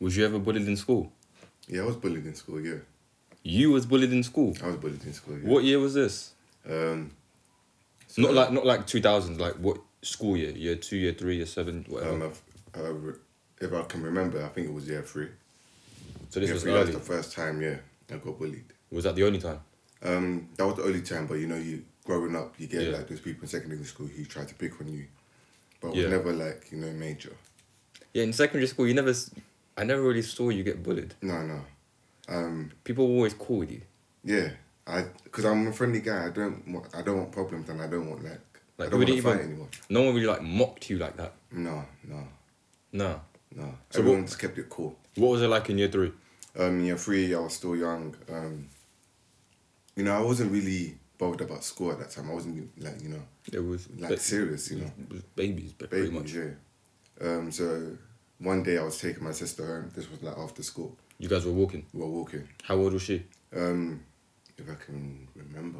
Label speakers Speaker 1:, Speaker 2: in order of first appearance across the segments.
Speaker 1: Was you ever bullied in school?
Speaker 2: Yeah, I was bullied in school. Yeah,
Speaker 1: You was bullied in school.
Speaker 2: I was bullied in school. Yeah.
Speaker 1: What year was this?
Speaker 2: Um, so-
Speaker 1: Not like not like two thousand. Like what school year? Year two, year three, year seven, whatever.
Speaker 2: Um, I've, I re- if I can remember, I think it was year three.
Speaker 1: so this
Speaker 2: year
Speaker 1: was
Speaker 2: three that was
Speaker 1: early.
Speaker 2: the first time. Yeah, I got bullied.
Speaker 1: Was that the only time?
Speaker 2: Um, that was the only time, but you know, you growing up, you get
Speaker 1: Yeah.
Speaker 2: like those people in secondary school who try to pick on you, but it was
Speaker 1: Yeah.
Speaker 2: never like you know major.
Speaker 1: Yeah, in secondary school, you never. s- I never really saw you get bullied.
Speaker 2: No, no. Um,
Speaker 1: People were always cool with you.
Speaker 2: yeah, I because I'm a friendly guy. I don't want I don't want problems, and I don't want like,
Speaker 1: Like,
Speaker 2: I don't
Speaker 1: you
Speaker 2: want to
Speaker 1: didn't
Speaker 2: fight
Speaker 1: even-
Speaker 2: anyone.
Speaker 1: No one really like mocked you like that.
Speaker 2: No, no,
Speaker 1: No.
Speaker 2: no.
Speaker 1: So
Speaker 2: Everyone
Speaker 1: what-
Speaker 2: just kept it cool.
Speaker 1: What was it like in year three?
Speaker 2: Um, in year three, I was still young. Um, you know, I wasn't really bothered about school at that time. I wasn't like you know
Speaker 1: It was
Speaker 2: like
Speaker 1: ba-
Speaker 2: serious, you know.
Speaker 1: it was babies, but pretty
Speaker 2: Baby,
Speaker 1: much.
Speaker 2: yeah. Um, so one day I was taking my sister home. This was like after school.
Speaker 1: You guys were walking.
Speaker 2: We were walking.
Speaker 1: How old was she?
Speaker 2: Um, if I can remember,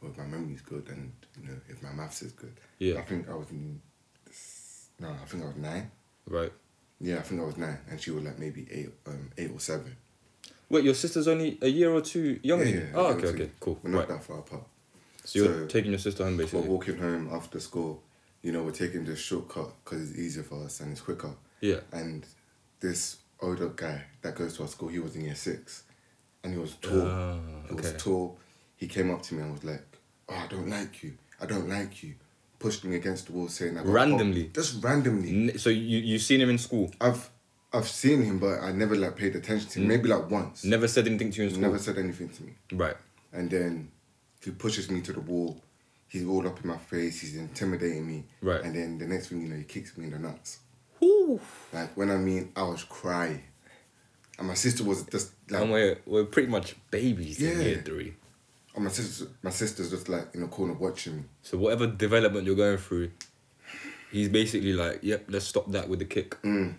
Speaker 2: or if my memory's good, and you know, if my maths is good,
Speaker 1: Yeah.
Speaker 2: I think I was in, s- no, I think I was nine.
Speaker 1: Right.
Speaker 2: Yeah, I think I was nine, and she was like maybe eight, um, eight or seven.
Speaker 1: Wait, your sister's only a year or two younger. than you? oh,
Speaker 2: I
Speaker 1: okay,
Speaker 2: was
Speaker 1: okay,
Speaker 2: in-
Speaker 1: cool.
Speaker 2: We're not
Speaker 1: Right.
Speaker 2: that far apart.
Speaker 1: So you're
Speaker 2: so-
Speaker 1: taking your sister home
Speaker 2: We're
Speaker 1: basically.
Speaker 2: walking home after school. You know, we're taking this shortcut because it's easier for us and it's quicker.
Speaker 1: Yeah.
Speaker 2: And this older guy that goes to our school, he was in year six, and he was tall.
Speaker 1: Ah,
Speaker 2: He
Speaker 1: okay.
Speaker 2: was tall. He came up to me and was like, "Oh, I don't like you. I don't like you." Pushed me against the wall, saying, I got
Speaker 1: Randomly?
Speaker 2: bumped. Just randomly.
Speaker 1: N- So you you seen him in school?
Speaker 2: I've I've seen him, but I never like paid attention to him. Maybe like once.
Speaker 1: Never said anything to you in
Speaker 2: He
Speaker 1: school.
Speaker 2: never said anything to me.
Speaker 1: Right.
Speaker 2: And then he pushes me to the wall. He's all up in my face. He's intimidating me.
Speaker 1: Right.
Speaker 2: And then the next thing you know, he kicks me in the nuts.
Speaker 1: Whew.
Speaker 2: Like when I mean, I was crying, and my sister was just like,
Speaker 1: And we're we're pretty much babies in
Speaker 2: Yeah.
Speaker 1: year three.
Speaker 2: and my sister, my sister's just like in the corner watching me.
Speaker 1: So whatever development you're going through, he's basically like, yep, let's stop that with the kick.
Speaker 2: Mm.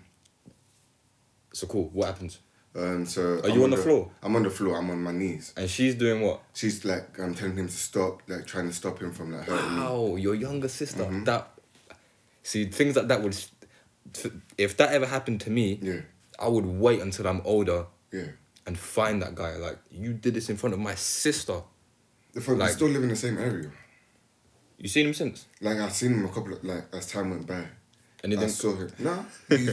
Speaker 1: So cool. What happens?
Speaker 2: Um, so are
Speaker 1: you on the floor?
Speaker 2: I'm on the floor. I'm on my knees.
Speaker 1: And she's doing what?
Speaker 2: She's like, I'm telling him to stop, like trying to stop him from like hurting me.
Speaker 1: Wow, your younger sister.
Speaker 2: mm-hmm.
Speaker 1: That see things like that would. If that ever happened to me,
Speaker 2: Yeah.
Speaker 1: I would wait until I'm older
Speaker 2: Yeah.
Speaker 1: and find that guy. Like you did this in front of my sister.
Speaker 2: The fact
Speaker 1: Like-
Speaker 2: we still live in the same area.
Speaker 1: You seen him since?
Speaker 2: Like I've seen him a couple of like as time went by.
Speaker 1: And he
Speaker 2: I
Speaker 1: didn't.
Speaker 2: saw him. No, he,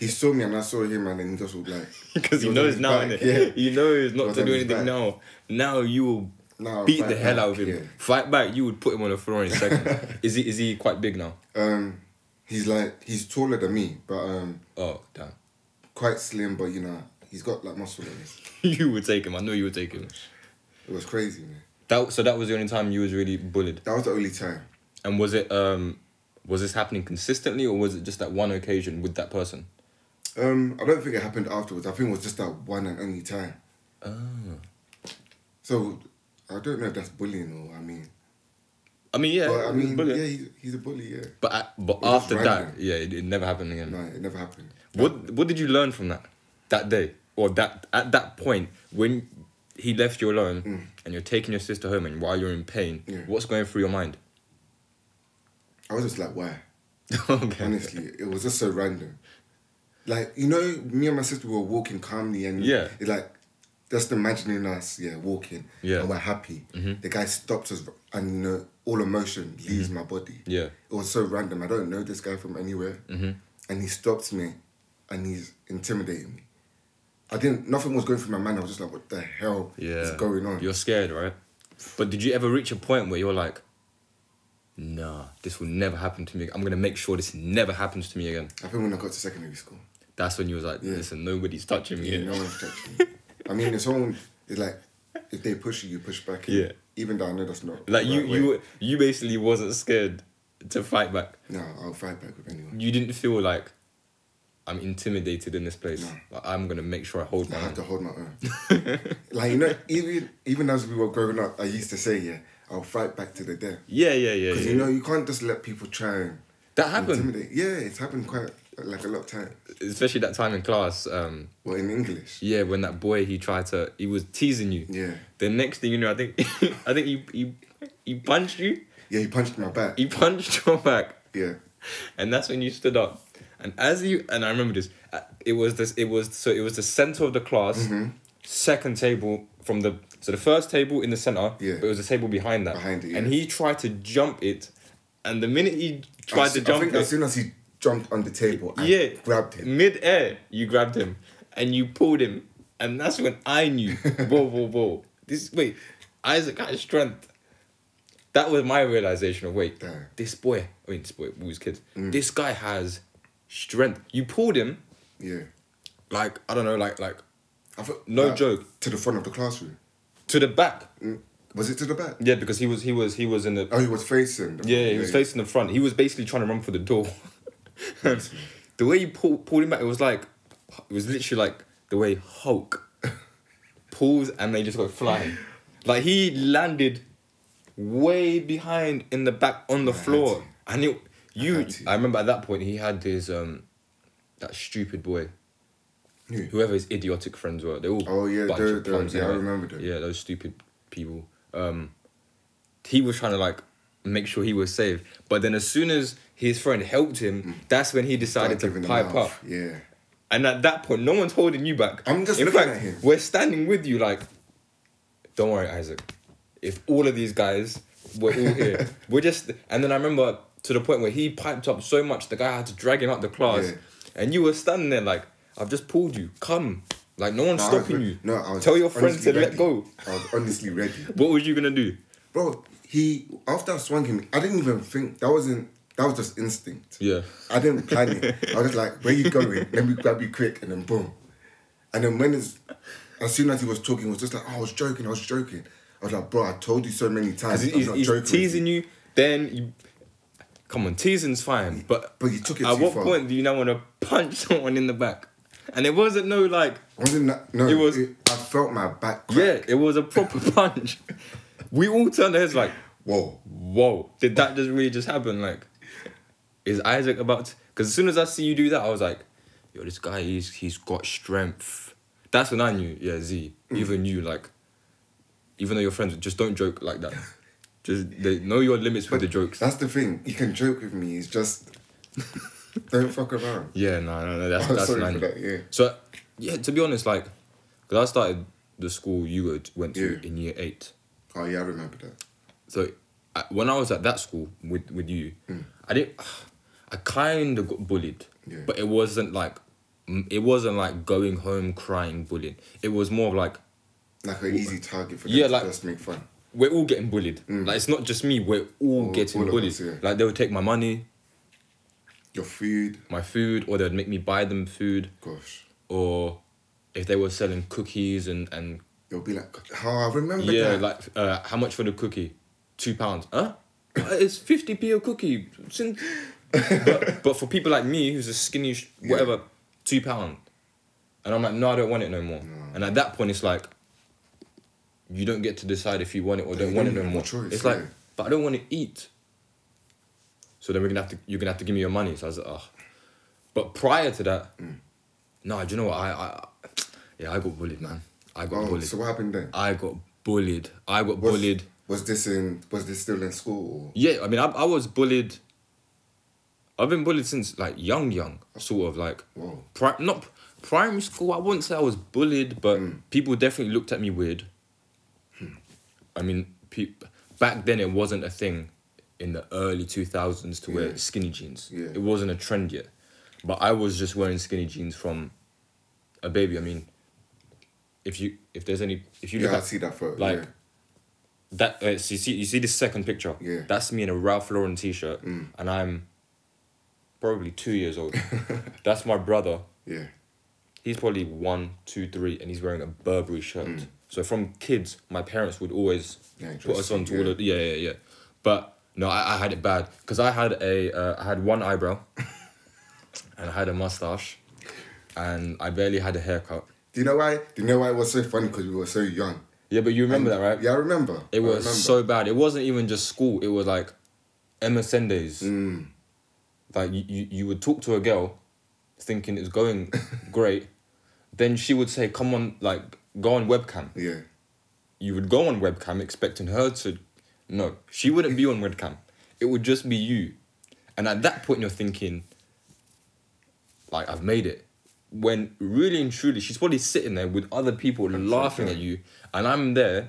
Speaker 2: he saw me and I saw him and then he just was like
Speaker 1: Because he
Speaker 2: was on
Speaker 1: knows
Speaker 2: his
Speaker 1: now,
Speaker 2: back,
Speaker 1: innit? You know he's
Speaker 2: He
Speaker 1: not
Speaker 2: was
Speaker 1: to
Speaker 2: on
Speaker 1: do
Speaker 2: his
Speaker 1: anything
Speaker 2: back.
Speaker 1: now. Now you will
Speaker 2: Now I'll
Speaker 1: beat the
Speaker 2: fight
Speaker 1: hell
Speaker 2: back,
Speaker 1: out of him.
Speaker 2: yeah.
Speaker 1: Fight back, you would put him on the floor in a second. is he is he quite big now?
Speaker 2: Um, he's like he's taller than me, but um,
Speaker 1: Oh damn.
Speaker 2: quite slim. But you know, he's got like muscle on his.
Speaker 1: you would take him. I know you would take him.
Speaker 2: It was crazy, man.
Speaker 1: That so that was the only time you was really bullied.
Speaker 2: That was the only time.
Speaker 1: And was it um was this happening consistently or was it just that one occasion with that person?
Speaker 2: Um, I don't think it happened afterwards. I think it was just that one and only time.
Speaker 1: Oh.
Speaker 2: So I don't know if that's bullying or I mean,
Speaker 1: I mean, yeah,
Speaker 2: but I mean,
Speaker 1: bullying.
Speaker 2: yeah, he's, he's a bully. Yeah,
Speaker 1: But I, but
Speaker 2: Or just
Speaker 1: after
Speaker 2: random.
Speaker 1: that, yeah, it, it never happened again.
Speaker 2: no, it never happened.
Speaker 1: What what did you learn from that that day or that at that point when he left you alone and you're taking your sister home and while you're in pain,
Speaker 2: Mm. Yeah.
Speaker 1: what's going through your mind?
Speaker 2: I was just like, why?
Speaker 1: okay.
Speaker 2: Honestly, it was just so random. Like you know, me and my sister were walking calmly, and
Speaker 1: Yeah.
Speaker 2: it's like just imagining us, yeah, walking,
Speaker 1: Yeah. Mm-hmm.
Speaker 2: and we're happy. The guy stops us, and you know, all emotion leaves my body.
Speaker 1: Yeah.
Speaker 2: it was so random. I don't know this guy from anywhere,
Speaker 1: Mm-hmm.
Speaker 2: and he stops me, and he's intimidating me. I didn't. Nothing was going through my mind. I was just like, what the hell
Speaker 1: Yeah.
Speaker 2: is going on?
Speaker 1: You're scared, right? But did you ever reach a point where you're like, Nah, this will never happen to me. I'm gonna make sure this never happens to me again.
Speaker 2: I think when I got to secondary school,
Speaker 1: That's when you was like,
Speaker 2: Yeah.
Speaker 1: Listen, nobody's touching me.
Speaker 2: yeah, no one's touching me. I mean, if someone is like, if they push you, you push back. and
Speaker 1: Yeah.
Speaker 2: Even though I know that's not the
Speaker 1: Like you,
Speaker 2: right
Speaker 1: you,
Speaker 2: way.
Speaker 1: were- you basically wasn't scared to fight back.
Speaker 2: No, I'll fight back with anyone.
Speaker 1: You didn't feel like I'm intimidated in this place.
Speaker 2: No.
Speaker 1: Like, I'm gonna make sure I hold my.
Speaker 2: I
Speaker 1: Hand.
Speaker 2: have to hold my own. like you know, even even as we were growing up, I used to say, yeah, I'll fight back to the death.
Speaker 1: Yeah, yeah, yeah.
Speaker 2: Because
Speaker 1: yeah.
Speaker 2: you know, you can't just let people try and
Speaker 1: that happened,
Speaker 2: intimidate. Yeah, it's happened quite like a lot of times.
Speaker 1: especially that time in class. Um,
Speaker 2: Well, in English.
Speaker 1: yeah, when that boy he tried to, he was teasing you.
Speaker 2: Yeah.
Speaker 1: The next thing you know, I think, I think he he he punched you.
Speaker 2: Yeah, he punched my back.
Speaker 1: He punched your back,
Speaker 2: Yeah.
Speaker 1: and that's when you stood up. And as you and I remember this, uh, it was this. It was so it was the center of the class,
Speaker 2: Mm-hmm.
Speaker 1: second table from the so the first table in the center.
Speaker 2: Yeah.
Speaker 1: But it was a table behind that.
Speaker 2: Behind it,
Speaker 1: And
Speaker 2: yeah.
Speaker 1: he tried to jump it, and the minute he tried to
Speaker 2: I s- I
Speaker 1: jump
Speaker 2: think
Speaker 1: it,
Speaker 2: as soon as he jumped on the table, I
Speaker 1: yeah,
Speaker 2: grabbed him.
Speaker 1: mid air. You grabbed him, and you pulled him, and that's when I knew. whoa, whoa, whoa! This wait, Isaac got his strength. That was my realization of wait,
Speaker 2: Damn. Mm.
Speaker 1: this boy. I mean, this boy. We was kids. This guy has strength. You pulled him
Speaker 2: Yeah.
Speaker 1: like I don't know, like like
Speaker 2: I thought,
Speaker 1: No
Speaker 2: like,
Speaker 1: joke.
Speaker 2: To the front of the classroom.
Speaker 1: to the back.
Speaker 2: Mm. Was it to the back?
Speaker 1: Yeah, because he was he was he was in the
Speaker 2: Oh, he was facing. The
Speaker 1: Yeah, he was facing the front. He was basically trying to run for the door. And the way you pull, pulled him back, it was like, it was literally like the way Hulk pulls and they just go flying. Like he landed way behind in the back on the
Speaker 2: had
Speaker 1: floor,
Speaker 2: to.
Speaker 1: and it, you.
Speaker 2: had to.
Speaker 1: I remember at that point he had his um, that stupid boy
Speaker 2: Yeah.
Speaker 1: whoever his idiotic friends were. They all
Speaker 2: Oh, yeah,
Speaker 1: bunch
Speaker 2: they're-
Speaker 1: of
Speaker 2: they're-
Speaker 1: plums,
Speaker 2: yeah, I remember them.
Speaker 1: Yeah, those stupid people. Um, he was trying to like make sure he was safe, but then as soon as his friend helped him, that's when he decided
Speaker 2: Mm. Started
Speaker 1: to
Speaker 2: giving them
Speaker 1: pipe up.
Speaker 2: mouth. Yeah.
Speaker 1: And at that point, no one's holding you back.
Speaker 2: I'm just
Speaker 1: in
Speaker 2: looking
Speaker 1: fact,
Speaker 2: at him.
Speaker 1: we're standing with you, like, don't worry, Isaac. If all of these guys were all here, we're just. And then I remember to the point where he piped up so much, the guy had to drag him out the class,
Speaker 2: Yeah.
Speaker 1: and you were standing there like, I've just pulled you. Come, like no one's
Speaker 2: No, I was
Speaker 1: stopping
Speaker 2: re-
Speaker 1: you.
Speaker 2: No, I was
Speaker 1: Tell your friends to
Speaker 2: honestly
Speaker 1: let
Speaker 2: ready.
Speaker 1: go.
Speaker 2: I was honestly ready.
Speaker 1: What was you gonna do?
Speaker 2: Bro, he after I swung him, I didn't even think that wasn't that was just instinct.
Speaker 1: Yeah.
Speaker 2: I didn't plan it. I was just like, where you going? Let me grab you quick and then boom. And then when it's as soon as he was talking, it was just like, oh, I was joking, I was joking. I was like, bro, I told you so many times.
Speaker 1: Because
Speaker 2: I'm
Speaker 1: he's,
Speaker 2: not
Speaker 1: he's
Speaker 2: joking. with
Speaker 1: teasing you. Then you, come on, teasing's fine, but
Speaker 2: But you took it
Speaker 1: At
Speaker 2: too
Speaker 1: what
Speaker 2: far.
Speaker 1: point do you now want to punch someone in the back? And it wasn't no like
Speaker 2: Wasn't that, no,
Speaker 1: It was-
Speaker 2: I felt my back. Crack.
Speaker 1: yeah, it was a proper punch. we all turned our heads like,
Speaker 2: Whoa.
Speaker 1: whoa, did that just really just happen? Like, is Isaac about? Because as soon as I see you do that, I was like, yo, this guy, he's he's got strength. That's when I knew, yeah, Z.
Speaker 2: Mm.
Speaker 1: Even you, like, even though your friends just don't joke like that. Just they know your limits with the jokes.
Speaker 2: That's the thing. You can joke with me. It's just don't fuck around.
Speaker 1: Yeah, no, no, no. That's
Speaker 2: I'm
Speaker 1: that's
Speaker 2: sorry
Speaker 1: nine.
Speaker 2: for that, yeah.
Speaker 1: So yeah, to be honest, like, because I started the school you would- went to
Speaker 2: Yeah.
Speaker 1: in year eight.
Speaker 2: Oh yeah, I remember that.
Speaker 1: So I, when I was at that school with with you, I didn't. I kind of got bullied,
Speaker 2: Mm. Yeah.
Speaker 1: but it wasn't like, mm, it wasn't like going home crying bullying. It was more of like
Speaker 2: Like an easy target for them
Speaker 1: Yeah,
Speaker 2: to
Speaker 1: like-
Speaker 2: just make fun.
Speaker 1: we're all getting bullied. Like it's not just me. We're all
Speaker 2: Mm. All-
Speaker 1: getting
Speaker 2: all of
Speaker 1: bullied.
Speaker 2: us, yeah.
Speaker 1: Like they would take my money,
Speaker 2: Your food,
Speaker 1: my food, or they'd make me buy them food,
Speaker 2: gosh.
Speaker 1: or if they were selling cookies and and
Speaker 2: You'll be like, oh, I remember
Speaker 1: Yeah,
Speaker 2: that.
Speaker 1: like uh, how much for the cookie? Two pounds. Huh? Uh, it's fifty p a cookie. Sin- but, but for people like me, who's a skinny sh- whatever, two pound, and I'm like, no, I don't want it no more. And at that point, it's like, you don't get to decide if you want it or don't
Speaker 2: you
Speaker 1: want it
Speaker 2: don't
Speaker 1: no
Speaker 2: have a
Speaker 1: more.
Speaker 2: choice,
Speaker 1: it's like,
Speaker 2: yeah.
Speaker 1: but I don't want to eat. So then we're gonna have to. You're gonna have to give me your money. So I was like, oh. But prior to that,
Speaker 2: Mm.
Speaker 1: no, do you know what? I, I, yeah, I got bullied, man. I got
Speaker 2: oh,
Speaker 1: bullied.
Speaker 2: so what happened then?
Speaker 1: I got bullied. I got
Speaker 2: Was-
Speaker 1: bullied.
Speaker 2: Was this in? Was this still in school? Or?
Speaker 1: Yeah, I mean, I, I was bullied. I've been bullied since like young, young, sort of like.
Speaker 2: Whoa.
Speaker 1: Pri- not primary school. I wouldn't say I was bullied, but
Speaker 2: Hmm.
Speaker 1: people definitely looked at me weird. I mean, pe- back then it wasn't a thing in the early 2000s to
Speaker 2: Yeah.
Speaker 1: wear skinny jeans.
Speaker 2: Yeah.
Speaker 1: It wasn't a trend yet. But I was just wearing skinny jeans from a baby. I mean, if you if there's any if you look
Speaker 2: Yeah, I
Speaker 1: at
Speaker 2: see that photo.
Speaker 1: like
Speaker 2: yeah.
Speaker 1: that uh, so you see you see this second picture
Speaker 2: Yeah. Mm.
Speaker 1: that's me in a ralph lauren t-shirt and i'm probably two years old that's my brother
Speaker 2: Yeah.
Speaker 1: he's probably one two three and he's wearing a burberry shirt so from kids my parents would always
Speaker 2: Mm. Yeah,
Speaker 1: put us
Speaker 2: interesting,
Speaker 1: on to all
Speaker 2: yeah.
Speaker 1: of yeah yeah yeah but no i, I had it bad because i had a uh, i had one eyebrow and i had a mustache and i barely had a haircut
Speaker 2: Do you know why? Do you know why it was so funny? Because we were so young.
Speaker 1: yeah but you remember that right
Speaker 2: Yeah, I remember.
Speaker 1: It
Speaker 2: I
Speaker 1: was
Speaker 2: remember.
Speaker 1: so bad. It wasn't even just school. It was like MSN days.
Speaker 2: Mm.
Speaker 1: Like you, you, you would talk to a girl, thinking it's going great, then she would say, "Come on, like go on webcam."
Speaker 2: Yeah.
Speaker 1: You would go on webcam expecting her to, no, she wouldn't be on webcam. It would just be you, and at that point you're thinking, like I've made it. When really and truly, she's probably sitting there with other people laughing at you, and I'm there.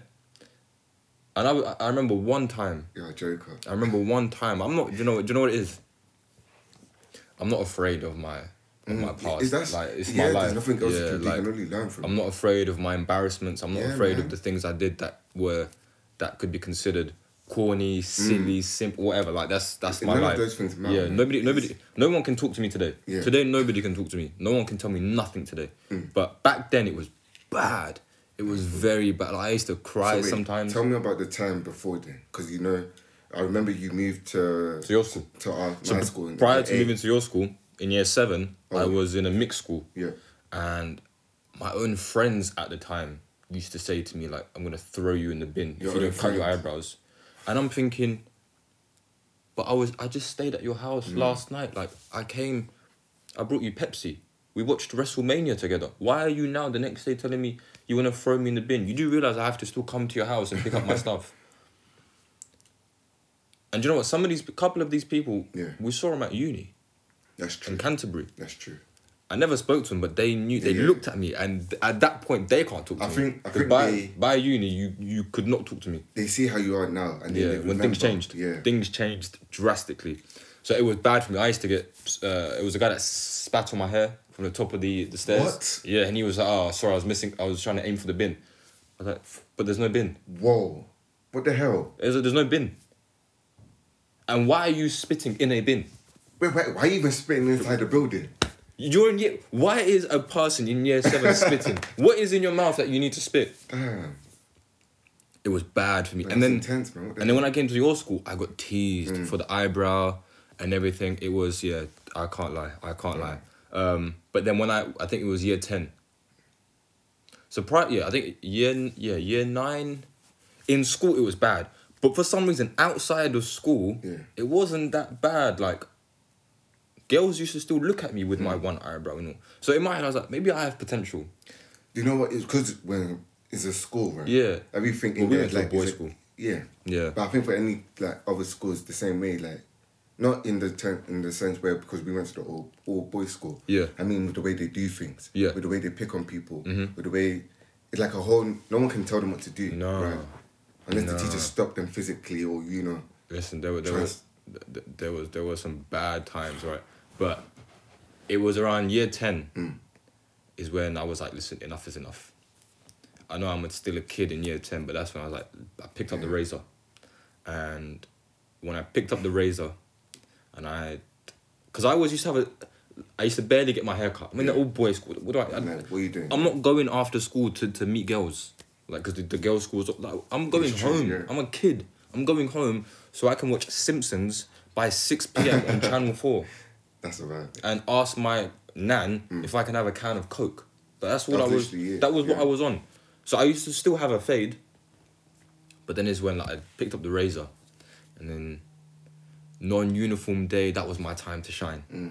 Speaker 1: And I, I remember one time,
Speaker 2: You're a joker.
Speaker 1: I remember one time. I'm not. Do you know? Do you know what it is? I'm not afraid of my of my past.
Speaker 2: Mm. Is that
Speaker 1: like it's
Speaker 2: yeah,
Speaker 1: my life.
Speaker 2: There's nothing else
Speaker 1: yeah,
Speaker 2: you can, do.
Speaker 1: like,
Speaker 2: you can only learn from.
Speaker 1: I'm not afraid of my embarrassments. I'm not
Speaker 2: Yeah,
Speaker 1: afraid
Speaker 2: man.
Speaker 1: of the things I did that were that could be considered corny, silly, simple, whatever. Like that's that's
Speaker 2: And
Speaker 1: my
Speaker 2: Mm. none of
Speaker 1: life.
Speaker 2: those things matter,
Speaker 1: yeah,
Speaker 2: man.
Speaker 1: nobody,
Speaker 2: It's-
Speaker 1: nobody, no one can talk to me today.
Speaker 2: Yeah. Mm.
Speaker 1: Today, nobody can talk to me. No one can tell me nothing today. But back then, it was bad. It was very bad. Like, I used to cry
Speaker 2: So wait,
Speaker 1: sometimes.
Speaker 2: Mm. Tell me about the time before then, because you know, I remember you moved to
Speaker 1: To your school.
Speaker 2: to our
Speaker 1: So
Speaker 2: my
Speaker 1: p-
Speaker 2: school. in-
Speaker 1: prior
Speaker 2: in
Speaker 1: to
Speaker 2: eight.
Speaker 1: moving to your school in year seven, I
Speaker 2: Oh.
Speaker 1: was in a mixed school.
Speaker 2: Yeah.
Speaker 1: And my own friends at the time used to say to me like, "I'm gonna throw you in the bin
Speaker 2: Your
Speaker 1: if you
Speaker 2: own
Speaker 1: don't cut your
Speaker 2: friends.
Speaker 1: eyebrows," and I'm thinking. But I was I just stayed at your house
Speaker 2: Mm.
Speaker 1: last night. Like I came, I brought you Pepsi. We watched WrestleMania together. Why are you now the next day telling me you wanna throw me in the bin? You do realize I have to still come to your house and pick up my stuff. And do you know what? Some of these, couple of these people,
Speaker 2: Yeah.
Speaker 1: we saw them at uni
Speaker 2: That's true.
Speaker 1: in Canterbury.
Speaker 2: That's true.
Speaker 1: I never spoke to them, but they knew. They
Speaker 2: Yeah.
Speaker 1: looked at me, and at that point, they can't talk to
Speaker 2: I
Speaker 1: me.
Speaker 2: think- I
Speaker 1: 'Cause
Speaker 2: think
Speaker 1: by
Speaker 2: they-
Speaker 1: by uni, you you could not talk to me.
Speaker 2: They see how you are now, and then
Speaker 1: Yeah,
Speaker 2: they
Speaker 1: when things
Speaker 2: remember.
Speaker 1: changed,
Speaker 2: Yeah.
Speaker 1: things changed drastically. So it was bad for me. I used to get. Uh, it was a guy that spat on my hair from the top of the the stairs.
Speaker 2: What?
Speaker 1: Yeah, and he was like, "Oh, sorry, I was missing. I was trying to aim for the bin." I was like, "But there's no bin.
Speaker 2: Whoa, what the hell?
Speaker 1: There's, there's no bin." And why are you spitting in a bin?
Speaker 2: Wait, wait, why are you even spitting inside the building?
Speaker 1: You're in year. Why is a person in year seven spitting? What is in your mouth that you need to spit?
Speaker 2: Damn,
Speaker 1: It was bad for me.
Speaker 2: That's
Speaker 1: and then
Speaker 2: intense, Mm. man. What the
Speaker 1: and then when I came to your school, I got teased for the eyebrow and everything. It was yeah, I can't lie. I can't lie. Um, but then when I I think it was year ten. So prior yeah, I think year n- yeah year nine, in school it was bad. But for some reason outside of school,
Speaker 2: Yeah.
Speaker 1: it wasn't that bad. Like girls used to still look at me with
Speaker 2: Mm.
Speaker 1: my one eyebrow and all. So in my head I was like, maybe I have potential.
Speaker 2: you know what? It's because when it's a school, right?
Speaker 1: Yeah.
Speaker 2: Everything
Speaker 1: Well,
Speaker 2: in
Speaker 1: we
Speaker 2: there,
Speaker 1: went to a
Speaker 2: like,
Speaker 1: boys'
Speaker 2: is it-
Speaker 1: school.
Speaker 2: Yeah.
Speaker 1: Yeah.
Speaker 2: But I think for any like other schools, the same way, like not in the term, in the sense where because we went to the all all boys school.
Speaker 1: Yeah.
Speaker 2: I mean with the way they do things.
Speaker 1: Yeah. Mm-hmm.
Speaker 2: With the way they pick on people. With the way it's like a whole. No one can tell them what to do.
Speaker 1: No.
Speaker 2: Unless
Speaker 1: No.
Speaker 2: the teacher stop them physically or you know.
Speaker 1: Listen, there were there was
Speaker 2: Trust.
Speaker 1: th- there was there were some bad times, right? But it was around year ten is when I was like, listen, enough is enough. I know I'm still a kid in year ten, but that's when I was like, I picked up the razor, and when I picked up the razor, and I, cause I always used to have a, I used to barely get my hair cut. I mean, they're all boys school. What do I? I
Speaker 2: Like, what are you doing?
Speaker 1: I'm not going after school to, to meet girls, like because the, the girls' schools. Like, I'm going
Speaker 2: It's true,
Speaker 1: home.
Speaker 2: yeah.
Speaker 1: I'm a kid. I'm going home so I can watch Simpsons by six p.m. on Channel Four
Speaker 2: That's about it.
Speaker 1: and ask my nan if I can have a can of Coke. But that's what
Speaker 2: Hmm. That's
Speaker 1: I was.
Speaker 2: literally it,
Speaker 1: That was what
Speaker 2: yeah.
Speaker 1: I was on. So I used to still have a fade. But then is when like, I picked up the razor, and then non-uniform day. That was my time to shine.
Speaker 2: Hmm.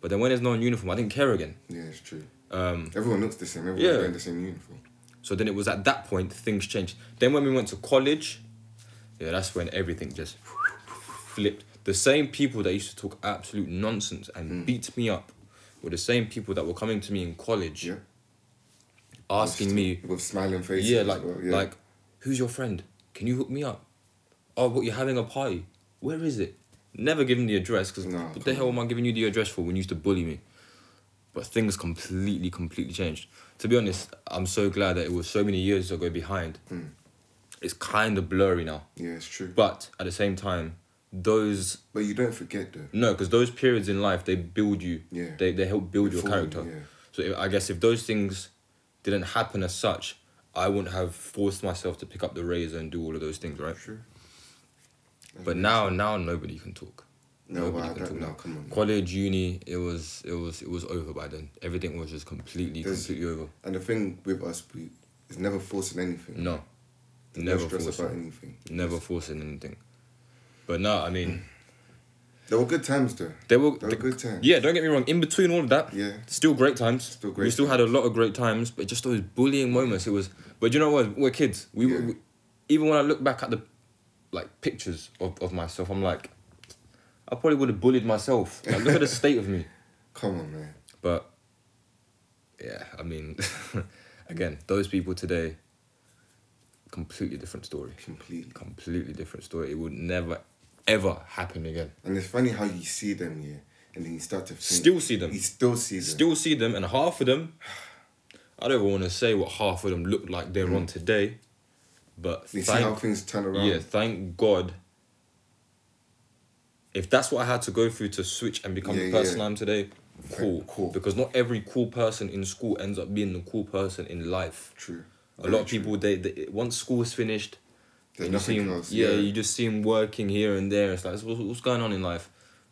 Speaker 1: But then when it's non-uniform, I didn't care again.
Speaker 2: Yeah, it's true.
Speaker 1: Um,
Speaker 2: Everyone looks the same. Everyone's
Speaker 1: Yeah.
Speaker 2: wearing the same uniform.
Speaker 1: So then it was at that point things changed. Then when we went to college, yeah, that's when everything just flipped. The same people that used to talk absolute nonsense and beat me up were the same people that were coming to me in college
Speaker 2: Yeah.
Speaker 1: asking me,
Speaker 2: with smiling faces.
Speaker 1: yeah,
Speaker 2: as
Speaker 1: like
Speaker 2: well, yeah.
Speaker 1: like, who's your friend? Can you hook me up? Oh, what you're having a party? Where is it? Never giving the address because
Speaker 2: No,
Speaker 1: what the
Speaker 2: come
Speaker 1: hell am I giving you the address for when you used to bully me? But things completely, completely changed. To be honest, I'm so glad that it was so many years ago behind.
Speaker 2: Hmm.
Speaker 1: It's kind of blurry now,
Speaker 2: Yeah, it's true. But,
Speaker 1: but at the same time, those
Speaker 2: you don't forget though.
Speaker 1: no, because those periods in life they build you.
Speaker 2: Yeah.
Speaker 1: They they help build your
Speaker 2: Form you,
Speaker 1: character.
Speaker 2: yeah.
Speaker 1: So if, I guess if those things didn't happen as such, I wouldn't have forced myself to pick up the razor and do all of those things, right?
Speaker 2: True.
Speaker 1: But now, now nobody can talk.
Speaker 2: No,
Speaker 1: Nobody
Speaker 2: wow,
Speaker 1: can
Speaker 2: that,
Speaker 1: talk
Speaker 2: no,
Speaker 1: now.
Speaker 2: come on.
Speaker 1: College, uni, it was, it was, it was over by then. Everything was just completely,
Speaker 2: There's-
Speaker 1: completely over.
Speaker 2: And the thing with us, we is never forcing anything.
Speaker 1: No,
Speaker 2: There's
Speaker 1: never
Speaker 2: no stress
Speaker 1: forcing,
Speaker 2: about anything.
Speaker 1: never forcing anything. But no, I mean,
Speaker 2: There were good times though.
Speaker 1: They were,
Speaker 2: They were
Speaker 1: the-
Speaker 2: good times.
Speaker 1: Yeah, don't get me wrong. In between all of that,
Speaker 2: Yeah.
Speaker 1: still great times.
Speaker 2: Still great
Speaker 1: we still had a lot of great times, but just those bullying moments. It was, but you know what? We're kids. We,
Speaker 2: Yeah.
Speaker 1: we even when I look back at the like pictures of, of myself, I'm like, I probably would have bullied myself. Like, look at the state of me.
Speaker 2: Come on, man.
Speaker 1: But yeah, I mean, again, those people today, completely different story.
Speaker 2: Completely.
Speaker 1: Completely different story. It would never, ever happen again.
Speaker 2: And it's funny how you see them here, and then you start to think,
Speaker 1: Still see them.
Speaker 2: You still see them.
Speaker 1: Still see them, and half of them, I don't want to say what half of them look like they're on today, but
Speaker 2: you see
Speaker 1: thank-
Speaker 2: how things turn around.
Speaker 1: Yeah, thank God. If that's what I had to go through to switch and become
Speaker 2: Yeah,
Speaker 1: the person
Speaker 2: yeah.
Speaker 1: I'm today, cool.
Speaker 2: cool.
Speaker 1: Because not every cool person in school ends up being the cool person in life.
Speaker 2: True.
Speaker 1: A lot of people, they, they once school's finished,
Speaker 2: There's
Speaker 1: and you see
Speaker 2: nothing
Speaker 1: him,
Speaker 2: else.
Speaker 1: yeah,
Speaker 2: yeah.
Speaker 1: you just see him working here and there. It's like, what's, what's going on in life?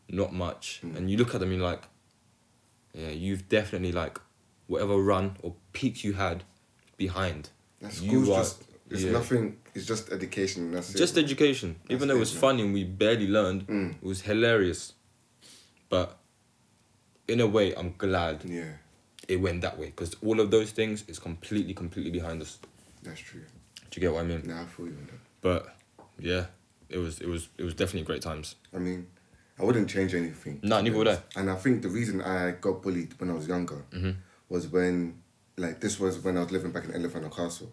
Speaker 1: Not much.
Speaker 2: Hmm.
Speaker 1: And you look at them, you're like, yeah, you've definitely like whatever run or peak you had behind.
Speaker 2: That
Speaker 1: you
Speaker 2: school's
Speaker 1: are-
Speaker 2: just it's
Speaker 1: yeah.
Speaker 2: nothing. It's just education. and That's
Speaker 1: Just
Speaker 2: it.
Speaker 1: education. Even though it was
Speaker 2: it, Hmm. man.
Speaker 1: funny and we barely learned, it was hilarious. But in a way, I'm glad
Speaker 2: Yeah,
Speaker 1: it went that way because all of those things is completely, completely behind us.
Speaker 2: that's true.
Speaker 1: Do you get what I mean?
Speaker 2: Nah, I feel you. on that.
Speaker 1: But yeah, it was, it was, it was definitely great times.
Speaker 2: I mean, I wouldn't change anything.
Speaker 1: Nah,
Speaker 2: to be
Speaker 1: neither would
Speaker 2: honest. And I think the reason I got bullied when I was younger
Speaker 1: Mm-hmm.
Speaker 2: was when, like, this was when I was living back in Elephant and Castle.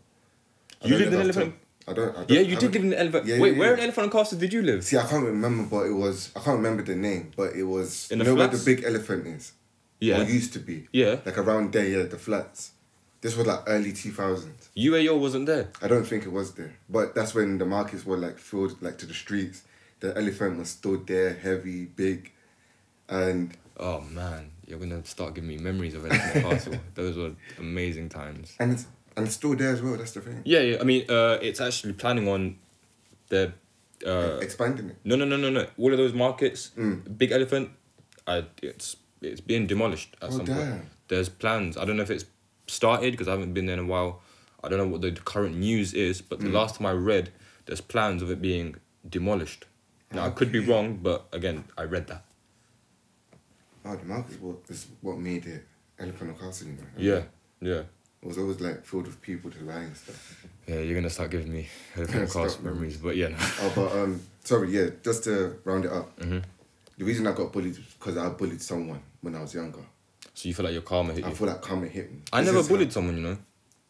Speaker 2: I
Speaker 1: You
Speaker 2: don't
Speaker 1: lived
Speaker 2: know
Speaker 1: in
Speaker 2: if I've
Speaker 1: Elephant-
Speaker 2: told- I don't. I don't
Speaker 1: Yeah, you did
Speaker 2: I don't-
Speaker 1: live in Elephant.
Speaker 2: Yeah,
Speaker 1: Wait,
Speaker 2: yeah,
Speaker 1: where
Speaker 2: yeah.
Speaker 1: in Elephant and Castle did you live?
Speaker 2: See, I can't remember, but it was. I can't remember the name, but it was.
Speaker 1: In
Speaker 2: you
Speaker 1: the
Speaker 2: know where the
Speaker 1: flats?
Speaker 2: big elephant is?
Speaker 1: Yeah.
Speaker 2: Or used to be.
Speaker 1: Yeah.
Speaker 2: Like around there, yeah, the flats. This was like early 2000s.
Speaker 1: UAO wasn't there.
Speaker 2: I don't think it was there, but that's when the markets were like filled like to the streets. The elephant was still there, heavy, big, and
Speaker 1: Oh man, you're gonna start giving me memories of Elephant and Castle. Those were amazing times.
Speaker 2: and it's and it's still there as well. That's the thing.
Speaker 1: Yeah, yeah. I mean, uh, it's actually planning on the. Uh,
Speaker 2: Expanding it.
Speaker 1: no, no, no, no, no. All of those markets,
Speaker 2: Mm.
Speaker 1: Big Elephant, I, it's it's being demolished at
Speaker 2: Oh,
Speaker 1: some point.
Speaker 2: damn.
Speaker 1: There's plans. I don't know if it's started because I haven't been there in a while. I don't know what the current news is, but
Speaker 2: Mm.
Speaker 1: the last time I read, there's plans of it being demolished. Now I could be wrong, but again, I read that.
Speaker 2: Oh, the markets what is what made it elephant and castle. You know?
Speaker 1: Yeah, yeah.
Speaker 2: It was always like filled with people to lie and stuff.
Speaker 1: Yeah, you're gonna start giving me Elephant and
Speaker 2: Stop.
Speaker 1: Castle memories, but yeah. No.
Speaker 2: Oh, but um, sorry, yeah, just to round it up.
Speaker 1: Mm-hmm.
Speaker 2: The reason I got bullied was because I bullied someone when I was younger.
Speaker 1: So you feel like your karma hit
Speaker 2: I
Speaker 1: you.
Speaker 2: feel like karma hit me.
Speaker 1: I
Speaker 2: This
Speaker 1: never
Speaker 2: is how-
Speaker 1: bullied someone, you know.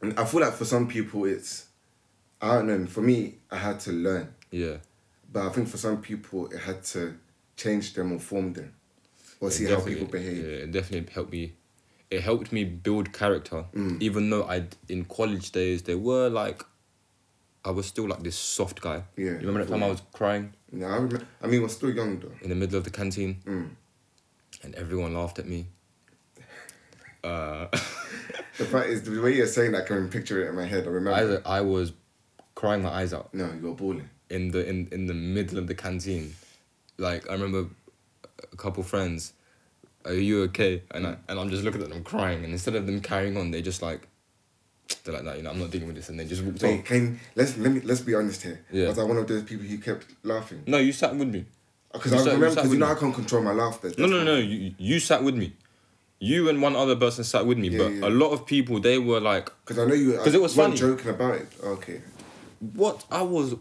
Speaker 2: And I feel like for some people it's, I don't know. For me, I had to learn,
Speaker 1: Yeah.
Speaker 2: but I think for some people it had to change them or form them, or
Speaker 1: It
Speaker 2: see how
Speaker 1: definitely-
Speaker 2: people behave.
Speaker 1: Yeah, it definitely helped me. It helped me build character,
Speaker 2: Mm.
Speaker 1: even though I in college days there were like, I was still like this soft guy. you
Speaker 2: Yeah,
Speaker 1: remember that time I was crying
Speaker 2: No, I remember. I mean, we're still young though. Mm.
Speaker 1: in the middle of the canteen, and everyone laughed at me. Uh,
Speaker 2: The fact is, the way you're saying that, I can picture it in my head. I remember.
Speaker 1: I I was crying my eyes out
Speaker 2: no, you're balling.
Speaker 1: in the in in the middle of the canteen, like I remember a couple friends. Are you okay? And I and I'm just looking at them crying, and instead of them carrying on, they just like they're like, no, you know, I'm not dealing with this, and they just walked
Speaker 2: So
Speaker 1: off.
Speaker 2: can let's let me let's be honest here.
Speaker 1: Yeah. Mm.
Speaker 2: Was I one of those people who kept laughing?
Speaker 1: No, you sat with me.
Speaker 2: Because
Speaker 1: You
Speaker 2: I
Speaker 1: sat- you
Speaker 2: remember,
Speaker 1: sat
Speaker 2: because you
Speaker 1: with
Speaker 2: know
Speaker 1: me.
Speaker 2: I can't control my laughter.
Speaker 1: No, no, no, you you sat with me. You and one other person sat with me,
Speaker 2: Yeah,
Speaker 1: but
Speaker 2: yeah.
Speaker 1: a lot of people they were like,
Speaker 2: Because I know you. uh,
Speaker 1: 'Cause it was
Speaker 2: weren't
Speaker 1: funny.
Speaker 2: joking about it. Okay.
Speaker 1: "What?" I was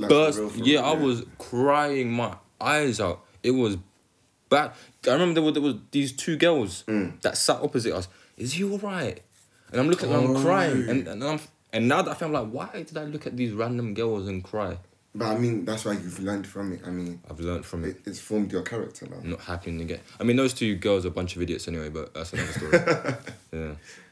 Speaker 2: Like, for
Speaker 1: burst.
Speaker 2: real, for
Speaker 1: yeah,
Speaker 2: real,
Speaker 1: I
Speaker 2: yeah.
Speaker 1: was crying my eyes out. It was bad. I remember there were, there was these two girls
Speaker 2: Mm.
Speaker 1: that sat opposite us. Is he alright? And I'm looking at them, I'm crying, and and I'm and now that I feel, I'm like, why did I look at these random girls and cry?
Speaker 2: But I mean, that's why you've learned from it. I mean,
Speaker 1: I've learned from it.
Speaker 2: it, it's formed your character now.
Speaker 1: Not happening again. I mean, those two girls are a bunch of idiots anyway, but that's another story. yeah.